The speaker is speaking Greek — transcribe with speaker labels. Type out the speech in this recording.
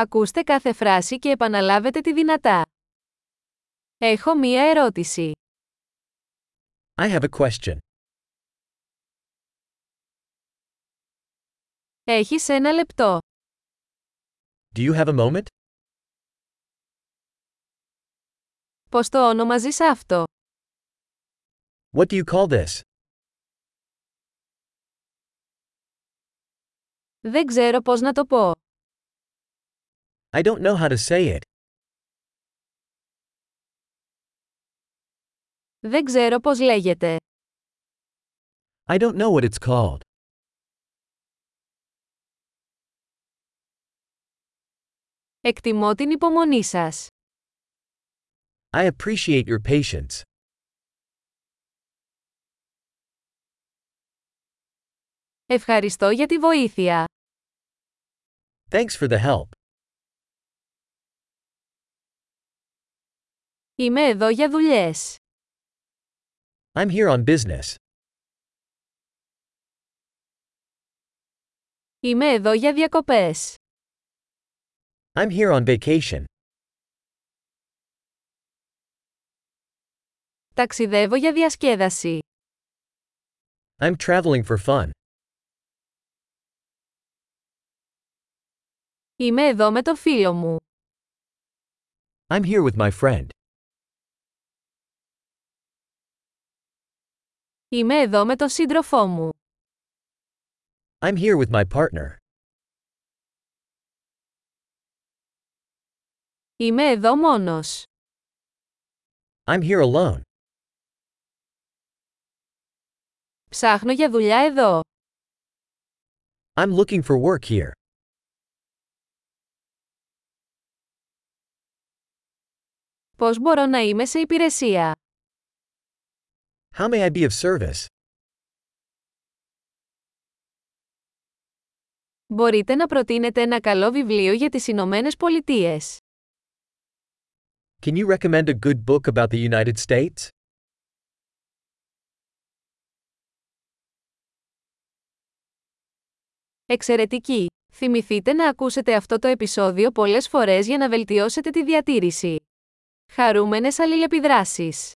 Speaker 1: Ακούστε κάθε φράση και επαναλάβετε τη δυνατά. Έχω μία ερώτηση.
Speaker 2: I have a question.
Speaker 1: Έχεις ένα λεπτό.
Speaker 2: Do you have a moment?
Speaker 1: Πώς το ονομαζείς αυτό.
Speaker 2: What do you call this?
Speaker 1: Δεν ξέρω πώς να το πω.
Speaker 2: I don't know how to say it.
Speaker 1: Δεν ξέρω πώς λέγεται.
Speaker 2: I don't know what it's called.
Speaker 1: Εκτιμώ την υπομονή σας.
Speaker 2: I appreciate your patience.
Speaker 1: Ευχαριστώ για τη βοήθεια.
Speaker 2: Thanks for the help.
Speaker 1: Είμαι εδώ για δουλειές.
Speaker 2: I'm here on business.
Speaker 1: Είμαι εδώ για διακοπές.
Speaker 2: I'm here on vacation.
Speaker 1: Ταξιδεύω για διασκέδαση.
Speaker 2: I'm traveling for fun.
Speaker 1: Είμαι εδώ με το φίλο μου.
Speaker 2: I'm here with my friend.
Speaker 1: Είμαι εδώ με τον σύντροφό μου.
Speaker 2: I'm here with my partner.
Speaker 1: Είμαι εδώ μόνος.
Speaker 2: I'm here alone.
Speaker 1: Ψάχνω για δουλειά εδώ.
Speaker 2: I'm looking for work here.
Speaker 1: Πώς μπορώ να είμαι σε υπηρεσία.
Speaker 2: How may I be of service?
Speaker 1: Μπορείτε να προτείνετε ένα καλό βιβλίο για τις Ηνωμένες Πολιτείες.
Speaker 2: Can you recommend a good book about the United States?
Speaker 1: Εξαιρετική! Θυμηθείτε να ακούσετε αυτό το επεισόδιο πολλές φορές για να βελτιώσετε τη διατήρηση. Χαρούμενες αλληλεπιδράσεις!